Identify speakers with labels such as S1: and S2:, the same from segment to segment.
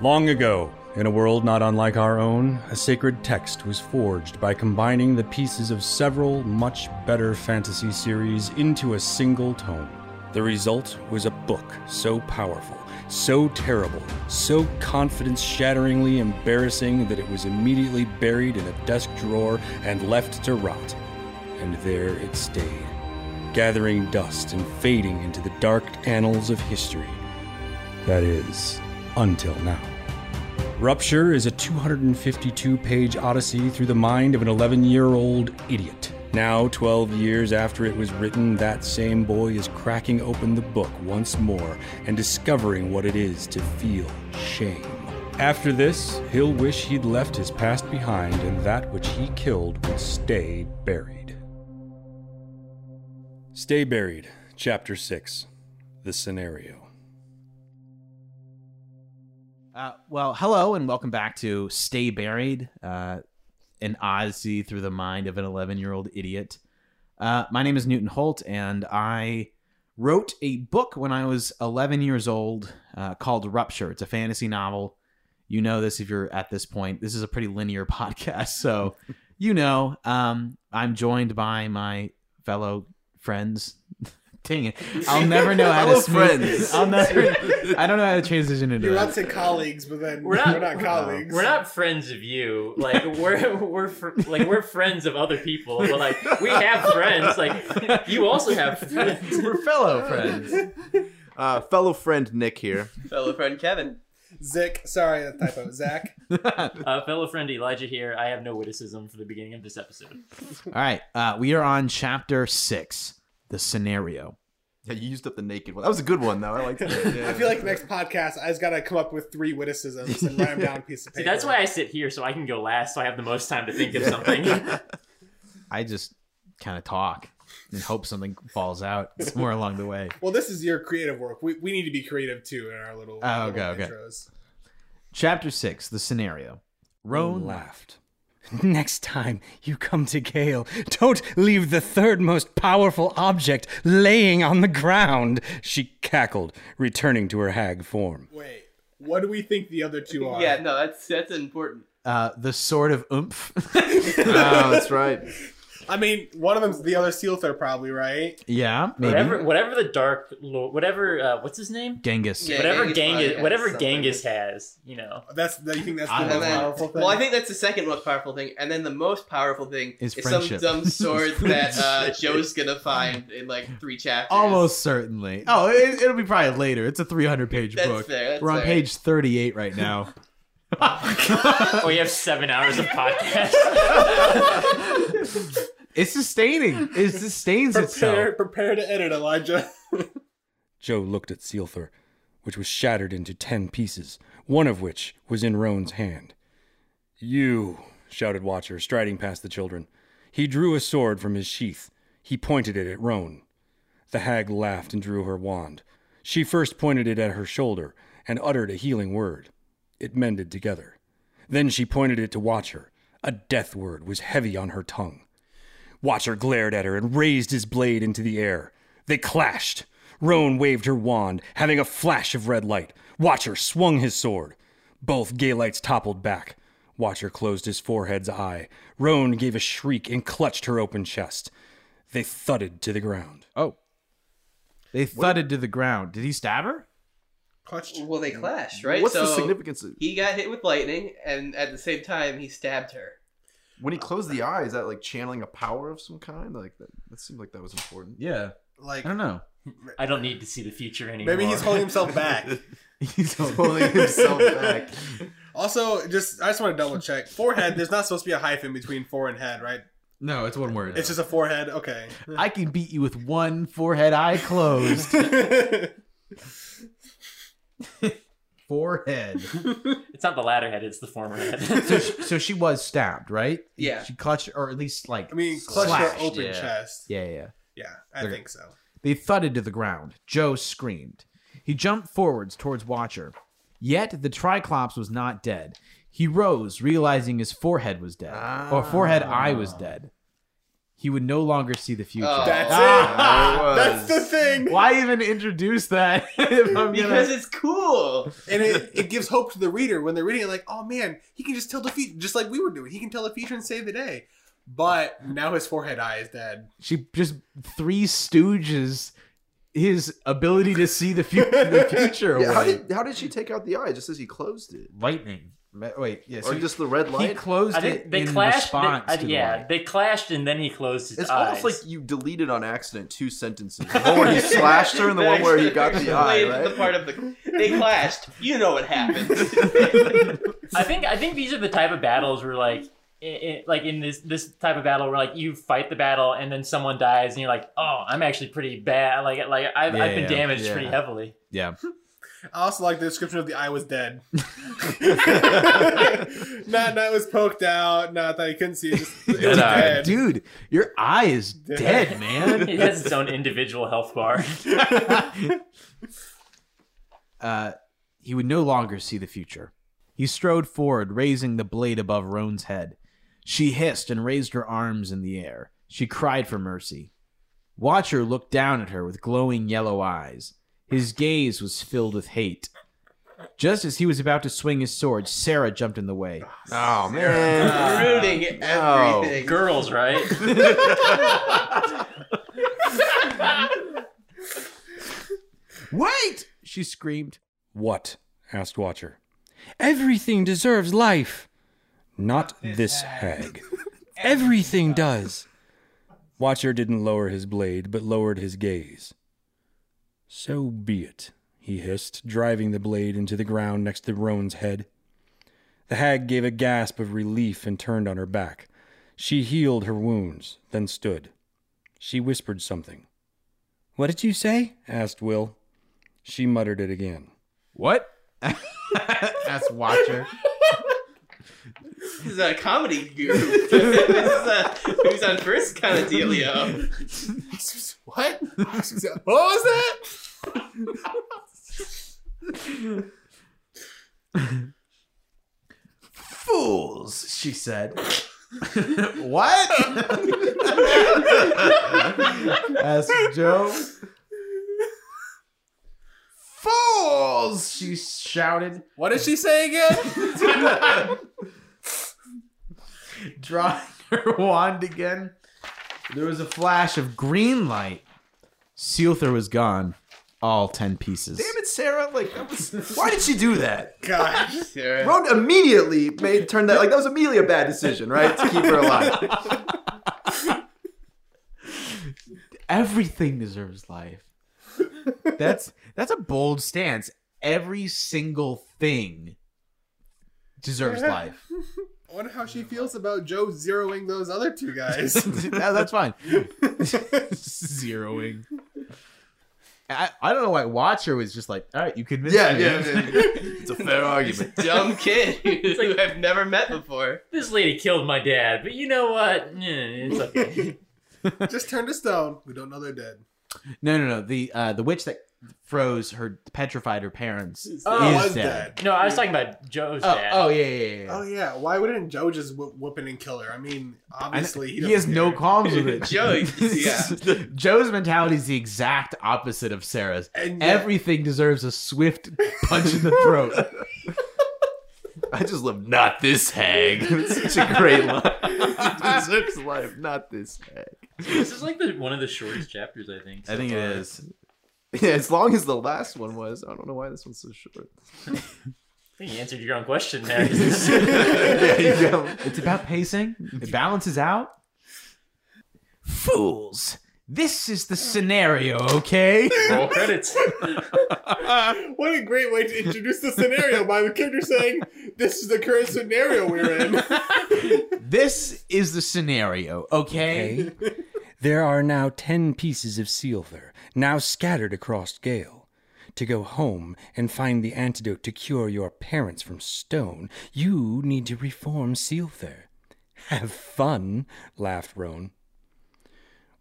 S1: Long ago, in a world not unlike our own, a sacred text was forged by combining the pieces of several much better fantasy series into a single tome. The result was a book so powerful, so terrible, so confidence shatteringly embarrassing that it was immediately buried in a desk drawer and left to rot. And there it stayed, gathering dust and fading into the dark annals of history. That is, until now. Rupture is a 252 page odyssey through the mind of an 11 year old idiot. Now, 12 years after it was written, that same boy is cracking open the book once more and discovering what it is to feel shame. After this, he'll wish he'd left his past behind and that which he killed would stay buried. Stay Buried, Chapter 6 The Scenario.
S2: Uh, well, hello and welcome back to Stay Buried, uh, an odyssey through the mind of an 11 year old idiot. Uh, my name is Newton Holt, and I wrote a book when I was 11 years old uh, called Rupture. It's a fantasy novel. You know this if you're at this point. This is a pretty linear podcast, so you know. Um, I'm joined by my fellow friends. Dang it! I'll never know how to
S3: Hello,
S2: smooth.
S3: friends.
S2: I'll never. I don't know how to transition into
S4: You're
S2: that.
S4: about to say colleagues, but then
S5: We're not-
S4: we're not colleagues.
S5: We're not friends of you. Like we're we're fr- like we're friends of other people. But like we have friends. Like you also have friends.
S2: We're fellow friends.
S3: Uh, fellow friend Nick here.
S6: fellow friend Kevin.
S4: Zick, sorry, that typo. Zach,
S5: Uh, fellow friend Elijah here. I have no witticism for the beginning of this episode.
S2: All right, uh, we are on chapter six, the scenario.
S3: Yeah, you used up the naked one. That was a good one though. I liked it. Yeah.
S4: I feel like the next podcast, I just got to come up with three witticisms and write them down on a piece of
S5: See,
S4: paper.
S5: that's why I sit here so I can go last, so I have the most time to think of something.
S2: I just kind of talk and hope something falls out somewhere along the way.
S4: Well, this is your creative work. We, we need to be creative too in our little,
S2: Oh, okay,
S4: little
S2: okay.
S4: intros.
S2: Chapter six, the scenario. Roan
S1: laughed. Next time you come to Gale, don't leave the third most powerful object laying on the ground, she cackled, returning to her hag form.
S4: Wait, what do we think the other two are?
S6: Yeah, no, that's that's important.
S2: uh, the sword of oomph.
S3: oh, that's right.
S4: I mean, one of them's the other Sealther, probably, right?
S2: yeah, maybe
S5: whatever, whatever the dark, lord, whatever, uh, what's his name?
S2: Genghis.
S6: Yeah,
S5: whatever
S6: Genghis
S5: Genghis,
S6: probably has
S5: whatever
S6: something.
S5: Genghis has, you know.
S4: That's the, You think that's the
S2: I
S4: most
S6: And then-
S4: powerful thing?
S6: well, I think that's the second most powerful thing, and then the most powerful thing
S2: Is
S6: some
S2: friendship.
S6: dumb sword that uh, Joe's gonna find in like three chapters.
S2: Almost certainly. Oh, it, it'll be probably later. It's a 300 page
S6: That's
S2: book.
S6: fair. That's
S2: We're on
S6: fair.
S2: page 38 right now.
S5: Oh, you have seven hours of podcast.
S2: It's sustaining. It sustains
S4: prepare,
S2: itself.
S4: prepare to edit, Elijah.
S1: Joe looked at Sealther, which was shattered into ten pieces, one of which was in Roan's hand. You, shouted Watcher, striding past the children. He drew a sword from his sheath. He pointed it at Roan. The hag laughed and drew her wand. She first pointed it at her shoulder and uttered a healing word. It mended together. Then she pointed it to Watcher. A death word was heavy on her tongue. Watcher glared at her and raised his blade into the air. They clashed. Roan waved her wand, having a flash of red light. Watcher swung his sword. Both Gaylights toppled back. Watcher closed his forehead's eye. Roan gave a shriek and clutched her open chest. They thudded to the ground.
S2: Oh. They thudded to the ground. Did he stab her?
S4: Clutched.
S6: Well, they clash, right?
S3: What's
S6: so
S3: the significance of
S6: He got hit with lightning, and at the same time, he stabbed her.
S3: when he closed the eye? Is that like channeling a power of some kind? Like that, that seemed like that was important.
S2: Yeah.
S4: Like,
S2: I don't know.
S5: I don't need to see the future anymore.
S4: maybe he's holding himself back.
S2: He's
S3: Pulling himself back.
S4: Also, just I just want to double check. Forehead, there's not supposed to be a hyphen between fore and head, right?
S2: No, it's one word.
S4: It's just a forehead. Okay.
S2: I can beat you with one forehead eye closed. forehead.
S5: It's not the latter head; it's the former
S2: So
S5: head.
S2: she, so she was stabbed, right?
S6: Yeah.
S2: She clutched, or at least like.
S4: I mean, clutch her
S2: slashed.
S4: open
S6: yeah.
S4: chest.
S2: Yeah, yeah.
S4: Yeah, I
S2: Okay.
S4: think so.
S2: They thudded to the ground. Joe screamed. He jumped forwards towards Watcher. Yet the Triclops was not dead.
S4: Ah.
S2: He rose, realizing his forehead was dead, or forehead eye was dead. he would no longer see the future.
S6: Oh.
S4: That's
S6: Ah,
S4: it.
S6: there it
S4: That's the
S6: was.
S4: thing.
S2: Why even introduce that? if I'm
S6: Because
S2: gonna...
S6: it's cool.
S4: And it, it gives hope to the reader when they're reading it, like, oh man, he can just tell the future, just like we were doing. He can tell the future and save the day. But now his forehead eye is dead.
S2: she just three Stooges his ability to see the future. The future
S3: Yeah, how
S2: away.
S3: did how did she take out the eye? Just as he closed it,
S2: lightning. Ma- Wait, yeah, so
S3: or just the red
S2: he
S3: light?
S2: closed
S5: I
S2: it
S5: think they
S2: in
S5: clashed. They,
S2: response
S5: uh,
S2: to the
S5: yeah,
S2: light.
S5: they clashed and then he closed his
S3: It's
S5: eyes.
S3: almost like you deleted on accident two sentences: the one where he slashed her and the one where he got the eye.
S6: Wait,
S3: Right?
S6: The part of the they clashed. You know what happens.
S5: I think I think these are the type of battles where like. i i like in this this type of battle where like you fight the battle and then someone dies and you're like oh I'm actually pretty bad like like I've,
S2: Yeah,
S5: I've been
S2: yeah,
S5: damaged
S2: yeah.
S5: pretty heavily
S2: yeah.
S4: I also like the description of the eye was dead. not not it was poked out. Not that he couldn't see. It just it was
S5: Dead eye.
S4: dead.
S2: Dude, your eye is dead, man.
S5: it has its own individual health bar
S2: uh, he would no longer see the future. He strode forward, raising the blade above Roan's head. She hissed and raised her arms in the air. She cried for mercy. Watcher looked down at her with glowing yellow eyes. His gaze was filled with hate. Just as he was about to swing his sword, Sarah jumped in the way.
S3: Oh man!
S6: Ruining
S3: No.
S6: everything.
S5: girls right
S2: Wait! She screamed.
S1: What? asked Watcher. Everything deserves life. Not this hag. Everything does. Watcher didn't lower his blade, but lowered his gaze. So be it, he hissed, driving the blade into the ground next to Roan's head. The hag gave a gasp of relief and turned on her back. She healed her wounds, then stood. She whispered something. What did you say? asked Will. She muttered it again.
S2: What? asked Watcher.
S6: This is a comedy guru. this is a who's on first kind of dealio.
S4: What? what was that?
S2: Fools, she said. what? asked Joe. Fools, she shouted,
S4: What did she say again?
S2: drawing her wand again. There was a flash of green light. Sealther was gone. All ten pieces.
S3: Damn it, Sarah! Like that was. Why did she do that?
S4: God.
S6: Sarah.
S3: Roan immediately made turned that like that was immediately a bad decision, right? To keep her alive.
S2: Everything deserves life. That's that's a bold stance. Every single thing deserves life.
S4: I wonder how she feels about Joe zeroing those other two guys.
S2: No, that's fine. Zeroing. I, I don't know why Watcher was just like, all right, you convinced
S3: Yeah,
S2: me.
S3: yeah, yeah, It's a fair argument.
S6: Dumb kid who I've never met before.
S5: this lady killed my dad but you know what Eh, it's okay
S4: Just turned to stone. We don't know they're dead.
S2: No, no, no. The uh, the witch that froze her petrified her parents is
S5: Oh,
S4: was
S2: dead.
S5: no I was talking about Joe's
S2: Oh,
S5: dad
S2: oh, yeah, yeah, yeah. yeah.
S4: Oh yeah. Why wouldn't Joe just wh- whoop it and kill her? I mean,
S2: I know-
S4: obviously
S2: he,
S4: doesn't
S2: has no
S4: care.
S2: qualms with it.
S6: Joe, yeah.
S2: Joe's mentality is the exact opposite of Sarah's.
S4: And yet-
S2: Everything deserves a swift punch in the throat.
S3: I just love not this hag. It's such a great line. Deserves life, not this hag.
S5: this is like the, one of the shortest chapters I think
S2: I
S5: so
S2: think it
S5: far.
S2: is.
S3: Yeah, as long as the last one was, I don't know why this one's so short.
S5: I think you answered your own question there
S3: yeah, you go.
S2: It's about pacing. It balances out. Fools. This is the scenario, okay?
S5: roll credits
S4: What a great way to introduce the scenario by the character saying, "This is the current scenario we're in."
S2: this is the scenario, okay?
S1: Okay. there are now ten pieces of silver, now scattered across Gale. To go home and find the antidote to cure your parents from stone, you need to reform Sealther. Have fun, laughed Roan.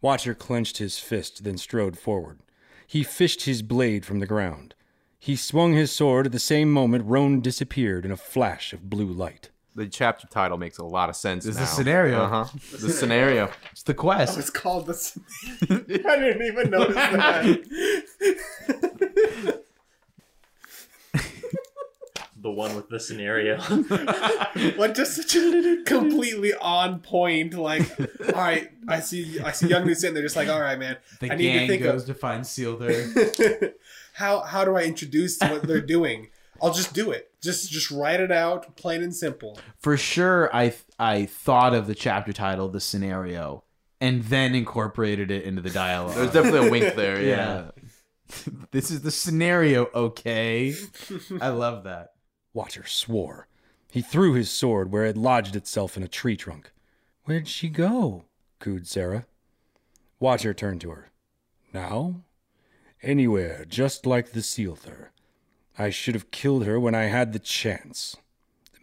S1: Watcher clenched his fist, then strode forward. He fished his blade from the ground. He swung his sword at the same moment Roan disappeared in a flash of blue light.
S3: the chapter title makes a lot of sense.
S2: It's
S3: now.
S2: the scenario.
S3: Uh-huh. The scenario.
S2: It's the
S4: Oh,
S2: quest.
S4: it's called the. I didn't even notice that.
S5: The one with the scenario.
S4: What just such a completely on point. Like, all right, I see, I see young dudes sitting there, just like, all right, man.
S2: The
S4: I need to
S2: gang
S4: think
S2: goes
S4: of
S2: to find Seal there.
S4: how how do I introduce what they're doing? I'll just do it. Just just write it out, plain and simple.
S2: for sure i i thought of the chapter title the scenario and then incorporated it into the dialogue
S3: There's definitely a wink there. Yeah.
S2: yeah this is the scenario okay i love that
S1: Water swore. He threw his sword where it lodged itself in a tree trunk. Where'd she go? cooed Sarah. Watcher turned to her. Now? Anywhere, just like the Sealther. I should have killed her when I had the chance.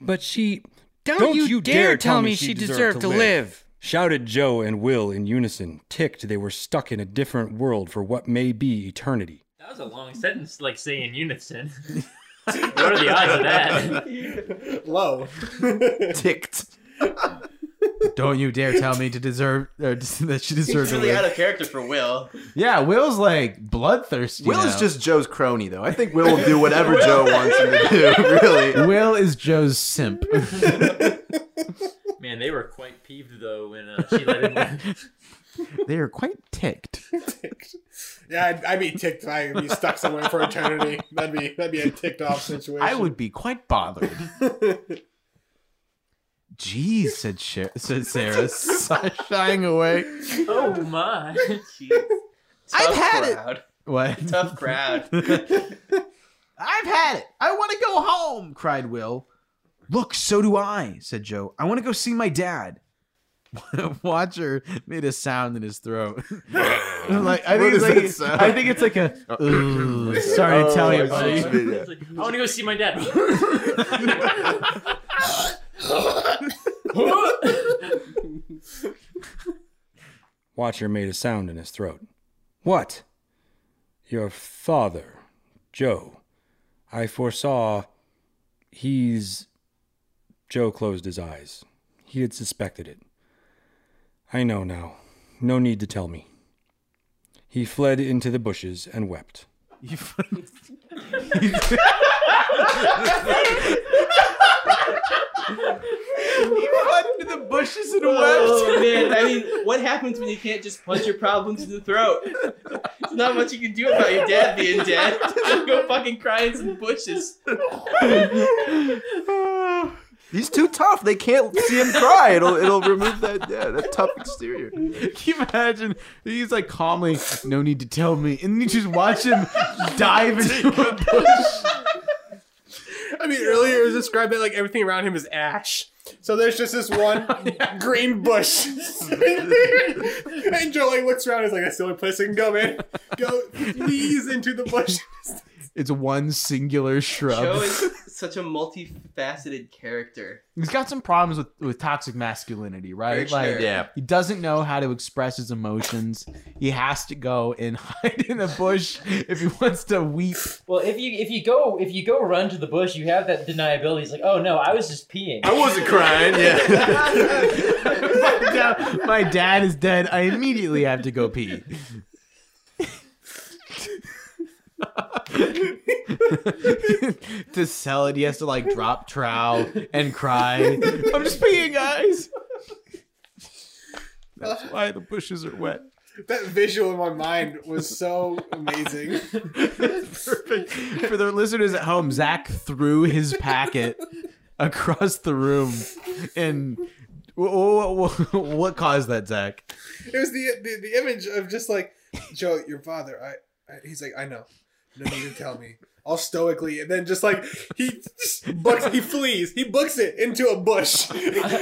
S7: But she. Don't,
S1: Don't
S7: you,
S1: you
S7: dare, tell me she deserved to live.
S1: Shouted Joe and Will in unison, ticked they were stuck in a different world for what may be eternity.
S5: That was a long sentence, like saying in unison. what are the odds of that?
S4: Low.
S3: Ticked.
S2: don't you dare tell me to deserve or that she deserves
S6: It's
S2: to
S6: really out
S2: live.
S6: of character for Will.
S2: yeah will's like bloodthirsty
S3: Will is
S2: now.
S3: just Joe's crony, though. I think Will will do whatever Joe wants him to do. Really.
S2: will is joe's simp
S5: Man, they were quite peeved though when uh, she let him.
S2: they are quite ticked
S4: Yeah, I'd, I'd be ticked. if I'd be stuck somewhere for eternity. That'd be that'd be a ticked off situation.
S2: i would be quite bothered Jeez, said, Sher- said Sarah, shying away.
S5: Oh my!
S6: Jeez. Tough
S2: had it.
S6: crowd.
S2: What?
S6: Tough crowd.
S2: I've had it. I want to go home, cried Will. Look, so do I, said Joe. I want to go see my dad. Watcher made a sound in his throat. like I
S3: What
S2: think it's
S3: is that
S2: like
S3: sound?
S2: I think it's like a "Ooh, sorry to tell Oh, you, buddy.
S3: excuse me, yeah.
S5: It's like, I want to go see my dad.
S1: Watcher made a sound in his throat. What? Your father, Joe. I foresaw. He's. Joe closed his eyes. He had suspected it. I know now. No need to tell me. He fled into the bushes and wept.
S2: You-
S6: Into the bushes and oh, man. I mean, what happens when you can't just punch your problems in the throat? There's not much you can do about your dad being dead. Just go fucking cry in some bushes.
S3: He's too tough. They can't see him cry. It'll it'll remove that yeah, that tough exterior.
S2: Can you imagine? He's like calmly, no need to tell me, and then you just watch him dive into a bush.
S4: I mean, earlier it was described that like everything around him is ash. So there's just this one green bush sitting there. and Joe like looks around. He's like, "That's the only place I can go, man. Go knees into the bush."
S2: It's one singular shrub.
S6: Joe is such a multifaceted character.
S2: He's got some problems with, with toxic masculinity, right?
S6: For sure.
S3: Yeah.
S2: He doesn't know how to express his emotions. He has to go and hide in a bush if he wants to weep.
S5: Well, if you if you go if you go run to the bush, you have that deniability. It's like, oh no, I was just peeing.
S3: I wasn't crying, yeah.
S2: My dad, my dad is dead. I immediately have to go pee. to sell it, he has to like drop trowel and cry. I'm just peeing, guys. That's why the bushes are wet.
S4: That visual in my mind was so amazing.
S2: Perfect. For the listeners at home, Zach threw his packet across the room, and what, what caused that, Zach?
S4: It was the, the the image of just like Joe, your father. I, I he's like, I know. No need to tell me. All stoically, and then just like he just books, he flees. He books it into a bush, and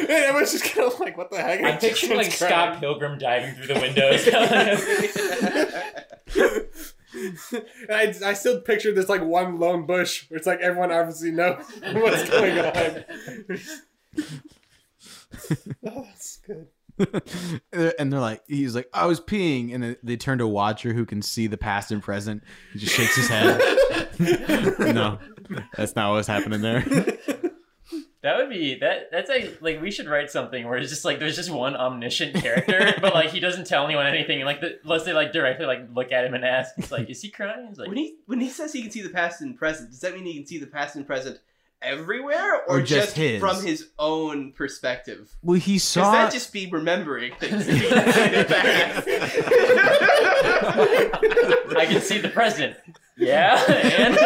S4: everyone's just kind of like, "What the heck?"
S5: I'm picturing like
S4: Everyone's crying.
S5: Scott Pilgrim diving through the windows.
S4: And I, I still picture this like one lone bush where it's like everyone obviously knows what's going on. oh, that's good.
S2: And they're like, he's like, I was peeing, and then they turn to a watcher who can see the past and present. He just shakes his head. no, that's not what's happening there.
S5: That would be that. That's like like we should write something where it's just like there's just one omniscient character, but like he doesn't tell anyone anything. Like the, unless they like directly like look at him and ask, it's like, is he crying? He's like,
S6: when he when he says he can see the past and present, does that mean he can see the past and present everywhere, or,
S2: Or just his.
S6: from his own perspective?
S2: Well, he
S6: Does
S2: saw.
S6: that just be remembering things? that he can see in the past?
S5: I can see the president. Yeah, and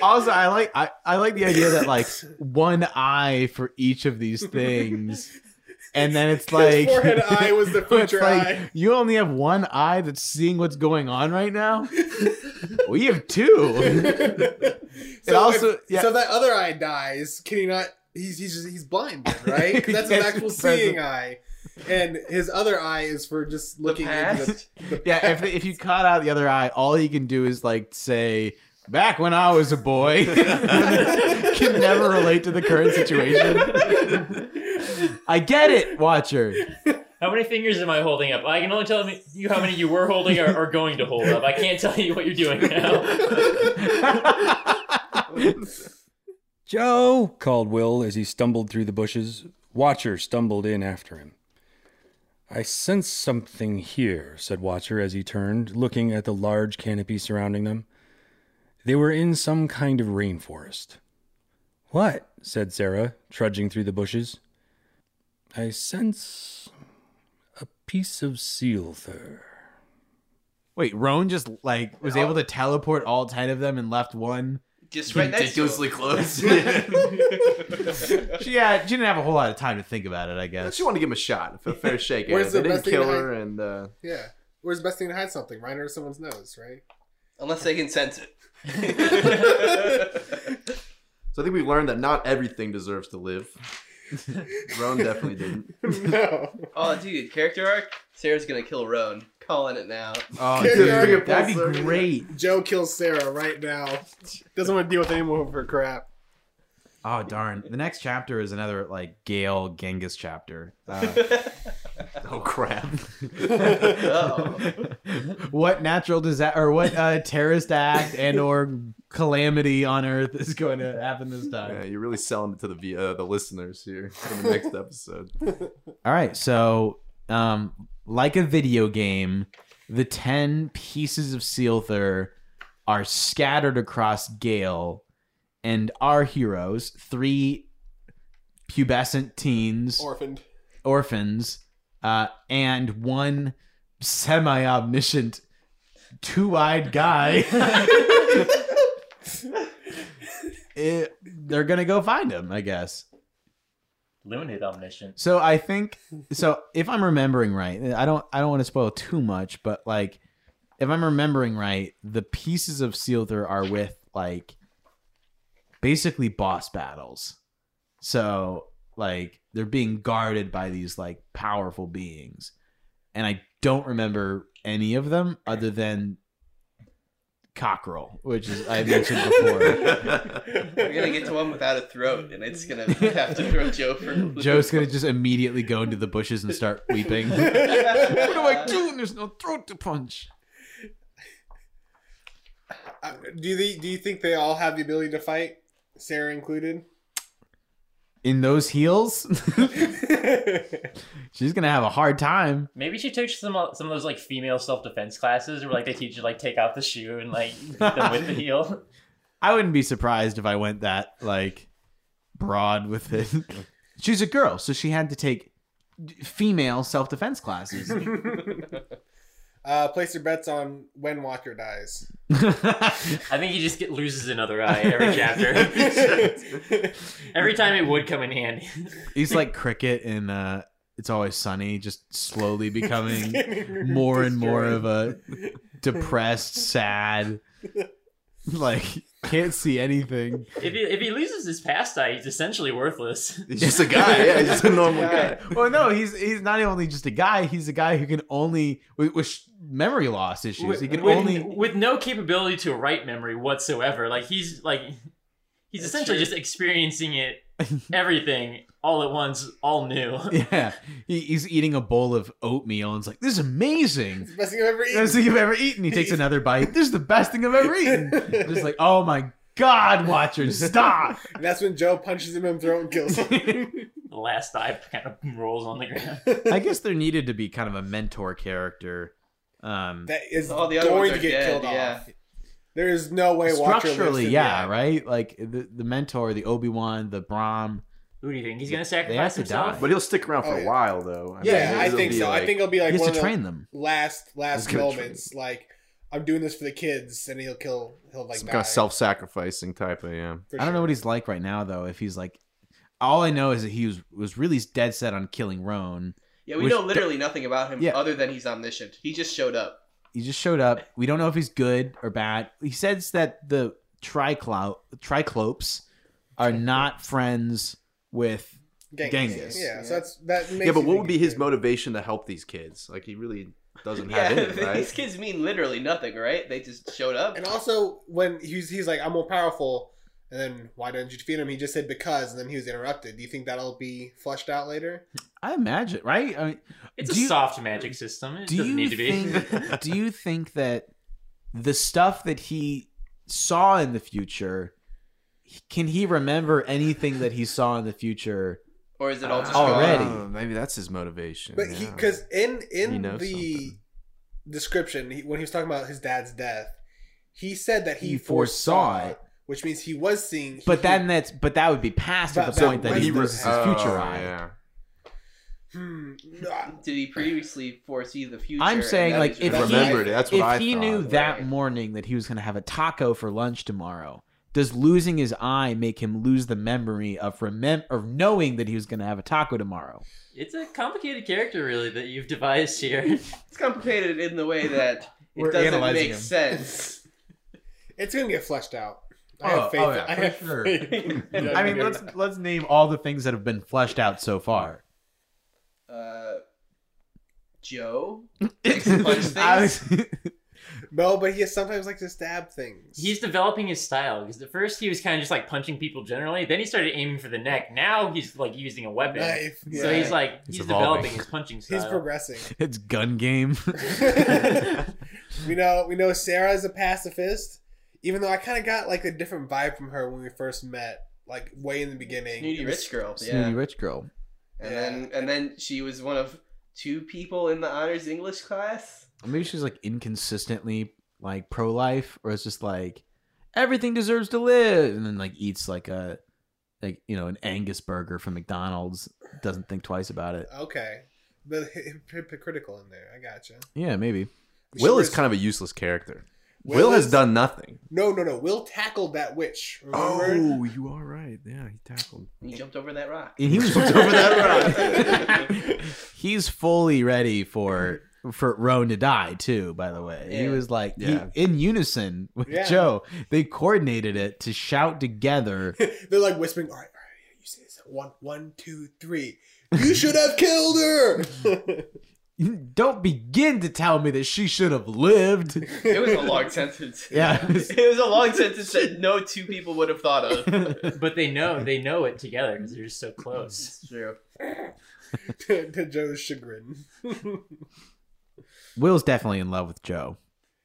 S2: also, I like I, I like the idea that like one eye for each of these things, and then it's like
S4: His forehead eye was the
S2: It's like,
S4: future eye.
S2: You only have one eye that's seeing what's going on right now. we have two.
S4: so
S2: also-
S4: if-
S2: yeah.
S4: so if that other eye dies. Can he not? He's he's just, he's blind, then, right? 'Cause that's his
S2: Yes,
S4: actual
S2: it's present.
S4: seeing eye, and his other eye is for just looking into the,
S6: past?
S4: the
S2: Yeah, if if you cut out the other eye, all he can do is like say, "Back when I was a boy," can never relate to the current situation. I get it, Watcher.
S5: how many fingers am I holding up? I can only tell me- you how many you were holding or, or going to hold up. I can't tell you what you're doing now.
S1: Joe, called Will as he stumbled through the bushes. Watcher stumbled in after him. I sense something here, said Watcher as he turned, looking at the large canopy surrounding them. They were in some kind of rainforest. What? said Sarah, trudging through the bushes. I sense a piece of seal fur.
S2: Wait, Roan just like was able to teleport all ten of them and left one.
S6: just right next to him.
S3: ridiculously close.
S2: She had, she didn't have a whole lot of time to think about it, I
S3: I
S2: guess.
S3: just want to give him a shot, a fair shake. at
S4: Where's
S3: it.
S4: the
S3: They didn't
S4: best thing
S3: kill
S4: to
S3: her, and uh,
S4: yeah. Where's the best thing to hide something? Right under someone's nose, right?
S6: Unless they can sense it.
S3: so I think we've learned that not everything deserves to live. Roan definitely didn't.
S4: no.
S6: oh, dude, character arc. Sarah's gonna kill Roan. Calling it now.
S2: Oh,
S4: Can't argue
S2: dude,
S4: with
S2: that'd
S4: Pulsar.
S2: be great.
S4: Joe kills Sarah right now. Doesn't want to deal with any more of her crap.
S2: Oh darn! The next chapter is another like Gale Genghis chapter. Uh,
S3: Oh crap!
S6: Oh.
S2: what natural disaster or what uh, terrorist act and or calamity on Earth is going to happen this time?
S3: Yeah, you're really selling it to the vi- uh, the listeners here in the next episode.
S2: All right, so um, like a video game, the ten pieces of Sealther are scattered across Gale, and our heroes, three pubescent teens,
S4: Orphaned.
S2: orphans, uh, and one semi-omniscient, two-eyed guy. It- they're gonna go find him, I guess.
S5: Limited omniscience.
S2: So I think so if I'm remembering right, I don't I don't want to spoil too much, but like if I'm remembering right, the pieces of Sealther are with like basically boss battles. So like they're being guarded by these like powerful beings. And I don't remember any of them other than Cockerel, which is I mentioned before.
S6: We're gonna get to one without a throat, and it's gonna have to throw Joe for.
S2: Joe's gonna just immediately go into the bushes and start weeping.
S6: what
S2: do? There's no throat to punch.
S4: Uh, do they? Do you think they all have the ability to fight? Sarah included.
S2: in those heels, she's gonna have a hard time.
S5: Maybe she took some some of those like female self defense classes where like they teach you like take off the shoe and like beat them with the heel.
S2: I wouldn't be surprised if I went that like broad with it. She's a girl, so she had to take d- female self defense classes.
S4: uh, place your bets on when Walker dies.
S5: I think he just get, loses another eye every chapter. every time it would come in handy.
S2: He's like cricket in uh, "It's Always Sunny," just slowly becoming more and more of a depressed, sad, like can't see anything.
S5: If he, if he loses his past eye, he's essentially worthless.
S3: He's just a guy. Yeah, he's just a normal
S6: guy.
S3: guy.
S2: Well, no, he's he's not only just a guy. He's a guy who can only with, with sh- memory loss issues. He can
S5: with,
S2: only
S5: with no capability to write memory whatsoever. Like he's like he's essentially just experiencing it everything all at once, all new.
S2: yeah. He, he's eating a bowl of oatmeal and it's like this is amazing.
S4: Best thing I've ever eaten.
S2: Best thing you've ever eaten. He takes another bite. This is the best thing I've ever eaten. Just like oh my God, Watcher, stop!
S4: And that's when Joe punches him in the throat and kills him.
S5: The last dive kind of rolls on the ground.
S2: I guess there needed to be kind of a mentor character. Um,
S4: that is
S6: All the other ones
S4: going
S6: are
S4: to get
S6: dead,
S4: killed
S6: yeah.
S4: off. There is no way Watcher lives
S2: structurally,
S4: to the
S2: yeah,
S4: end.
S2: right? Like the, the mentor, the Obi Wan, the Brahm.
S5: Who do you think he's gonna
S2: They have
S5: sacrifice
S2: to
S5: himself?
S2: die.
S3: But he'll stick around for
S4: Oh,
S3: a
S4: yeah.
S3: while, though. I
S4: Yeah,
S3: mean,
S4: I
S3: it'll
S4: think
S3: be
S4: so. I
S3: like-
S4: think it'll be like
S2: he has
S4: one
S2: to
S4: of the
S2: train them.
S4: last
S3: He's
S4: last
S3: gonna train
S4: moments. Like I'm doing this for the kids, and he'll kill. He'll like
S3: some
S4: die.
S3: kind of self-sacrificing type of yeah.
S4: for
S2: I don't know
S4: sure.
S2: what he's like right now, though. If he's like, all I know is that he was was really dead set on killing Roan.
S6: Yeah, we
S2: Which-
S6: know literally nothing about him
S2: Yeah.
S6: other than he's omniscient. He just showed up.
S2: He just showed up. We don't know if he's good or bad. He says that the triclo- triclopes are not friends with
S4: Genghis.
S2: Genghis.
S4: Yeah, so that's that. Makes
S3: Yeah, but what
S4: you think
S3: would be
S4: it's
S3: his
S4: good.
S3: motivation to help these kids? Like he really doesn't
S6: Yeah,
S3: have any, right?
S6: these kids mean literally nothing, right? They just showed up.
S4: And also, when he's he's like, "I'm more powerful," and then why don't you defeat him? He just said because, and then he was interrupted. Do you think that'll be flushed out later?
S2: I imagine, right? I mean,
S5: It's a
S2: Do you-
S5: soft magic system. It
S2: do
S5: doesn't
S2: you
S5: need to be.
S2: think do you think that the stuff that he saw in the future can he remember anything that he saw in the future?
S6: or is it all just
S2: Already.
S6: gone?
S3: Oh, maybe that's his motivation.
S4: But he
S3: yeah.
S4: because in
S3: He
S4: in the
S3: knows something.
S4: description he, when he was talking about his dad's death, he said that he,
S2: He
S4: foresaw,
S2: foresaw
S4: it, which means he was seeing.
S2: But
S4: he-
S2: then that's but that would be past
S4: But
S2: at the
S4: that
S2: point that
S4: was
S2: he
S4: the
S2: loses his
S4: past.
S2: future
S3: Oh,
S2: eye.
S3: Yeah.
S4: hmm, no,
S6: Did he previously foresee the future?
S2: I'm
S6: and
S2: saying
S6: that
S2: like
S6: is
S2: if
S3: He
S6: your-
S4: That's
S3: remembered it. That's
S2: he,
S3: what
S2: if
S3: I
S2: he
S3: thought.
S2: knew that
S6: Right.
S2: morning that he was going to have a taco for lunch tomorrow, does losing his eye make him lose the memory of remem- of knowing that he was going to have a taco tomorrow?
S5: It's a complicated character, really, that you've devised here.
S6: it's complicated in the way that it
S2: We're
S6: doesn't
S2: analyzing
S6: make
S2: him.
S6: sense.
S4: it's gonna get flushed out. I
S2: Oh,
S4: have faith.
S2: oh, yeah,
S4: I
S2: for
S4: have
S2: sure.
S4: faith.
S2: I mean, let's let's name all the things that have been fleshed out so far.
S6: Uh, Joe, punch things.
S4: no, but he has sometimes like to stab things.
S5: He's developing his style because at first he was kind of just like punching people generally. Then he started aiming for the neck. Now he's like using a weapon.
S4: knife.
S5: So
S4: yeah.
S5: he's like uh,
S3: He's
S5: he's,
S3: evolving.
S5: developing his punching style.
S4: he's progressing.
S2: it's gun game.
S4: we know we know Sarah is a pacifist, even though I kind of got like a different vibe from her when we first met, like way in the beginning.
S6: Snooty
S4: It was-
S6: rich girl. Yeah.
S2: Snooty rich girl.
S6: And then and then she was one of two people in the honors English class.
S2: Maybe she's like inconsistently like pro life, or it's just like everything deserves to live, and then like eats like a like you know an Angus burger from McDonald's, doesn't think twice about it.
S4: Okay, but hy- hypocritical in there. I gotcha.
S2: Yeah, maybe.
S3: Will is
S4: She was-
S3: kind of a useless character.
S4: Will
S3: Will has
S4: is-
S3: done nothing.
S4: No, no, no. Will tackled that witch. Remember?
S3: Oh, you are right. Yeah, he tackled.
S6: He jumped over that rock.
S2: And he was
S3: Jumped over
S6: that rock.
S2: He's fully ready for for Roan to die too. By the way, he
S6: Yeah.
S2: was like he-
S3: Yeah.
S2: in unison with
S4: Yeah.
S2: Joe. They coordinated it to shout together.
S4: They're like whispering. All right, all right. You say this. One, one, two, three. You should have killed her.
S2: Don't begin to tell me that she should have lived.
S6: It was a long sentence.
S2: Yeah, it was-
S6: It was a long sentence that no two people would have thought of.
S5: but they know they know it together because they're just so close.
S6: It's true.
S4: to, to Joe's chagrin.
S2: Will's definitely in love with Joe.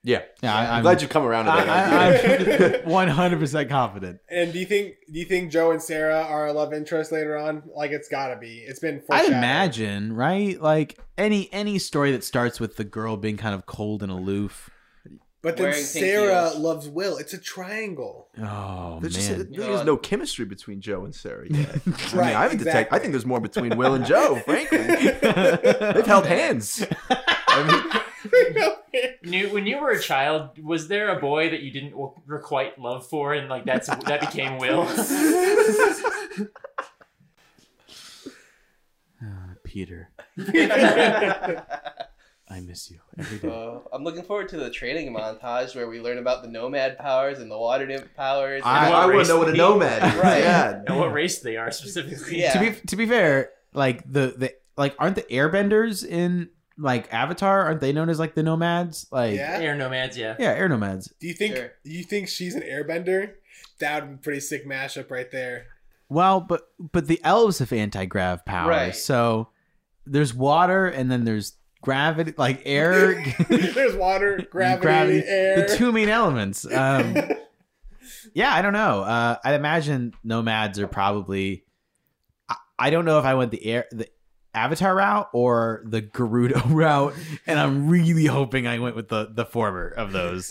S3: Yeah.
S2: Yeah, I,
S3: I'm glad you come around to that
S2: I,
S3: idea.
S2: am 100 percent confident.
S4: And do you think do you think Joe and Sarah are a love interest later on? Like it's gotta be. It's been.
S2: I
S4: foreshadowed.
S2: imagine, right? Like any any story that starts with the girl being kind of cold and aloof.
S4: But then
S6: Wearing pink
S4: Sarah
S6: heels.
S4: loves Will. It's a triangle.
S2: Oh
S3: There's just-
S2: man,
S3: there's no chemistry between Joe and Sarah yet. I mean,
S4: Right,
S3: I haven't detected.
S4: exactly.
S3: I think there's more between Will and Joe. Frankly, they've held hands. I mean,
S5: Newt, when you were a child, was there a boy that you didn't w- were quite love for, and like that's that became Will?
S2: Ah, Peter, I miss you every day.
S6: Uh, I'm looking forward to the training montage where we learn about the nomad powers and the water nymph powers.
S2: I-
S6: and
S5: I
S3: wanna
S5: race me?
S3: nomad
S6: Right.
S3: Yeah.
S5: and what race they are specifically?
S6: Yeah.
S2: To be to be fair, like the the like aren't the Airbenders in like Avatar? Aren't they known as like the nomads? Like
S4: yeah.
S5: Air nomads, yeah.
S2: yeah, air nomads.
S4: Do you think
S6: Sure.
S4: do you think she's an airbender? That would be a pretty sick mashup right there.
S2: Well, but but the elves have anti grav powers,
S6: Right.
S2: so there's water and then there's gravity, like air,
S4: There's water, gravity, air.
S2: the two main elements. Um, yeah, I don't know. Uh, I imagine nomads are probably. I, I don't know if I went the air the Avatar route or the Gerudo route, and I'm really hoping I went with the the former of those.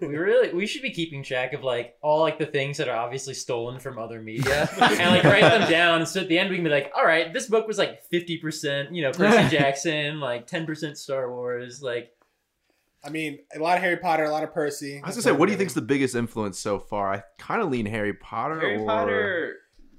S5: We really we should be keeping track of like all like the things that are obviously stolen from other media and like write them down. So at the end we can be like, all right, this book was like fifty percent, you know, Percy Jackson, like ten percent Star Wars, like
S4: I mean, a lot of Harry Potter, a lot of Percy.
S3: I was gonna say, what do you think's the biggest influence so far? I kind of lean Harry Potter.
S6: Harry
S3: or...
S6: Potter.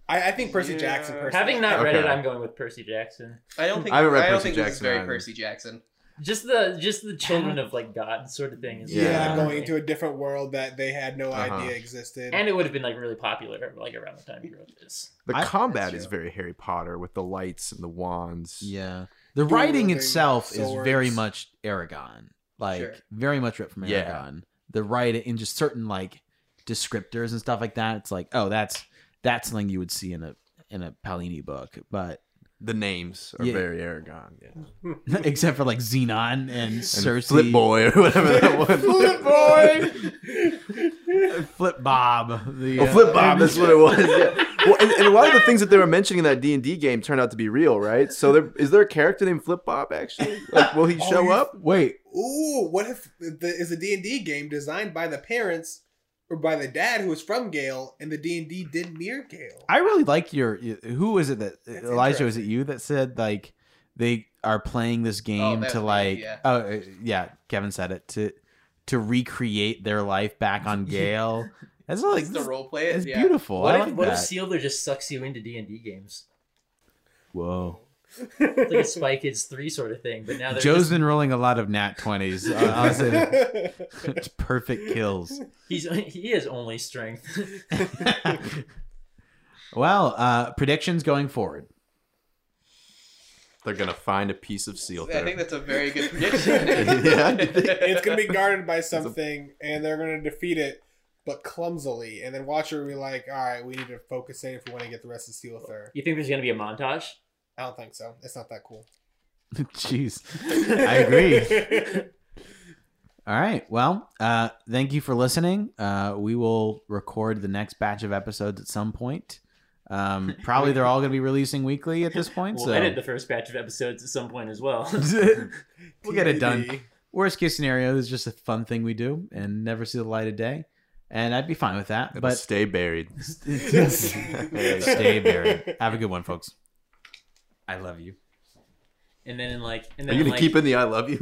S4: I, I think Percy
S6: Yeah.
S4: Jackson. Percy
S5: having not read it,
S3: Okay.
S5: I'm going with Percy Jackson.
S6: I don't think
S3: I
S6: I,
S3: haven't read
S6: don't
S3: Percy
S6: think this is
S3: Jackson
S6: very
S3: either.
S6: Percy Jackson.
S5: Just the just the children of like God sort of thing is
S4: yeah,
S3: Yeah.
S4: going to a different world that they had no
S3: Uh-huh.
S4: idea existed.
S5: and it would have been like really popular like around the time he wrote this.
S3: The
S2: I-
S3: combat
S4: that's
S3: is
S4: true.
S3: very Harry Potter with the lights and the wands.
S2: Yeah, the writing
S4: Dueling
S2: itself is
S4: swords.
S2: very much Aragon, like
S6: Sure.
S2: very much ripped from
S3: Yeah.
S2: Aragon. The writing in just certain like descriptors and stuff like that. It's like, oh, that's that's something you would see in a in a Palini book, but
S3: The names are
S2: Yeah.
S3: very Aragon. Yeah.
S2: except for like Xenon and
S3: And
S2: Cersei,
S3: Flip Boy or whatever that was. Flip Boy.
S2: Flip Bob, the
S3: Oh,
S2: uh,
S3: Flip Bob. That's what it was. Yeah. Well, and, and a lot of the things that they were mentioning in that D and D game turned out to be real, right? So there is there a character named Flip Bob actually? Like, will he
S4: Oh,
S3: show
S4: you-
S3: up?
S2: Wait,
S4: Ooh, what if the, is a D and D game designed by the parents or by the dad who was from Gale, and the D and D did near Gale?
S2: I really like your. Who was it that uh,
S4: That's
S2: Elijah? Was it you that said like they are playing
S5: Oh,
S2: this game
S6: that
S2: to
S6: was me,
S2: like?
S6: yeah.
S2: Oh uh, yeah, Kevin said it to to recreate their life back on Gale. That's like
S6: Just to role play it.
S2: it's
S6: yeah.
S2: beautiful.
S5: What
S2: I
S5: if
S2: like
S5: what if
S2: that.
S5: Sealer just sucks you into D and D games?
S2: Whoa,
S5: It's like a Spy Kids three sort of thing, but now they're
S2: Joe's
S5: just,
S2: been rolling a lot of nat twenties. uh, Honestly, it's perfect kills.
S5: he's he is only strength.
S2: well, uh, predictions going forward.
S3: They're gonna find a piece of seal.
S6: I think
S3: throat.
S6: that's a very good prediction.
S3: Yeah, I think-
S4: it's gonna be guarded by something, and they're gonna defeat it, but clumsily. And then Watcher will be like, "All right, we need to focus in if we want to get the rest of Steel Thur."
S5: You think there's gonna be a montage?
S4: I don't think so. It's not that cool.
S2: Jeez, I agree. All right. Well, uh, thank you for listening. Uh, we will record the next batch of episodes at some point. Um, probably they're all going to be releasing weekly at this point.
S5: We'll
S2: so
S5: edit the first batch of episodes at some point as well.
S2: we'll get it done.
S4: TBD.
S2: Worst case scenario is just a fun thing we do and never see the light of day, and I'd be fine with that.
S3: It'll
S2: But
S3: stay buried.
S2: stay buried. Have a good one, folks. I love you.
S5: and then in like and
S3: Are
S5: then
S3: you gonna
S5: like,
S3: keep in the I love you?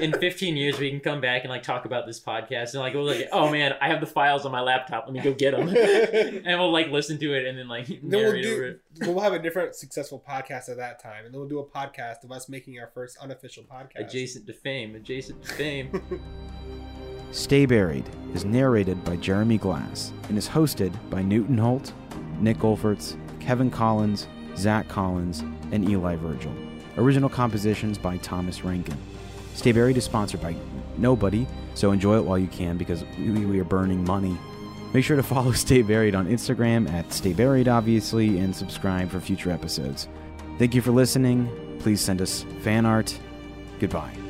S5: in 15 years we can come back and like talk about this podcast and like we'll like oh man I have the files on my laptop let me go get them and we'll like listen to it and then like
S4: then we'll
S5: narrate over
S4: do.
S5: it.
S4: We'll have a different successful podcast at that time, and then we'll do a podcast of us making our first unofficial podcast.
S5: adjacent to fame adjacent to fame.
S2: Stay Buried is narrated by Jeremy Glass and is hosted by Newton Holt, Nick Olferts, Kevin Collins, Zach Collins, and Eli Virgil. Original compositions by Thomas Rankin. Stay Buried is sponsored by nobody, so enjoy it while you can because we, we are burning money. Make sure to follow Stay Buried on Instagram at Stay Buried, obviously, and subscribe for future episodes. Thank you for listening. Please send us fan art. Goodbye.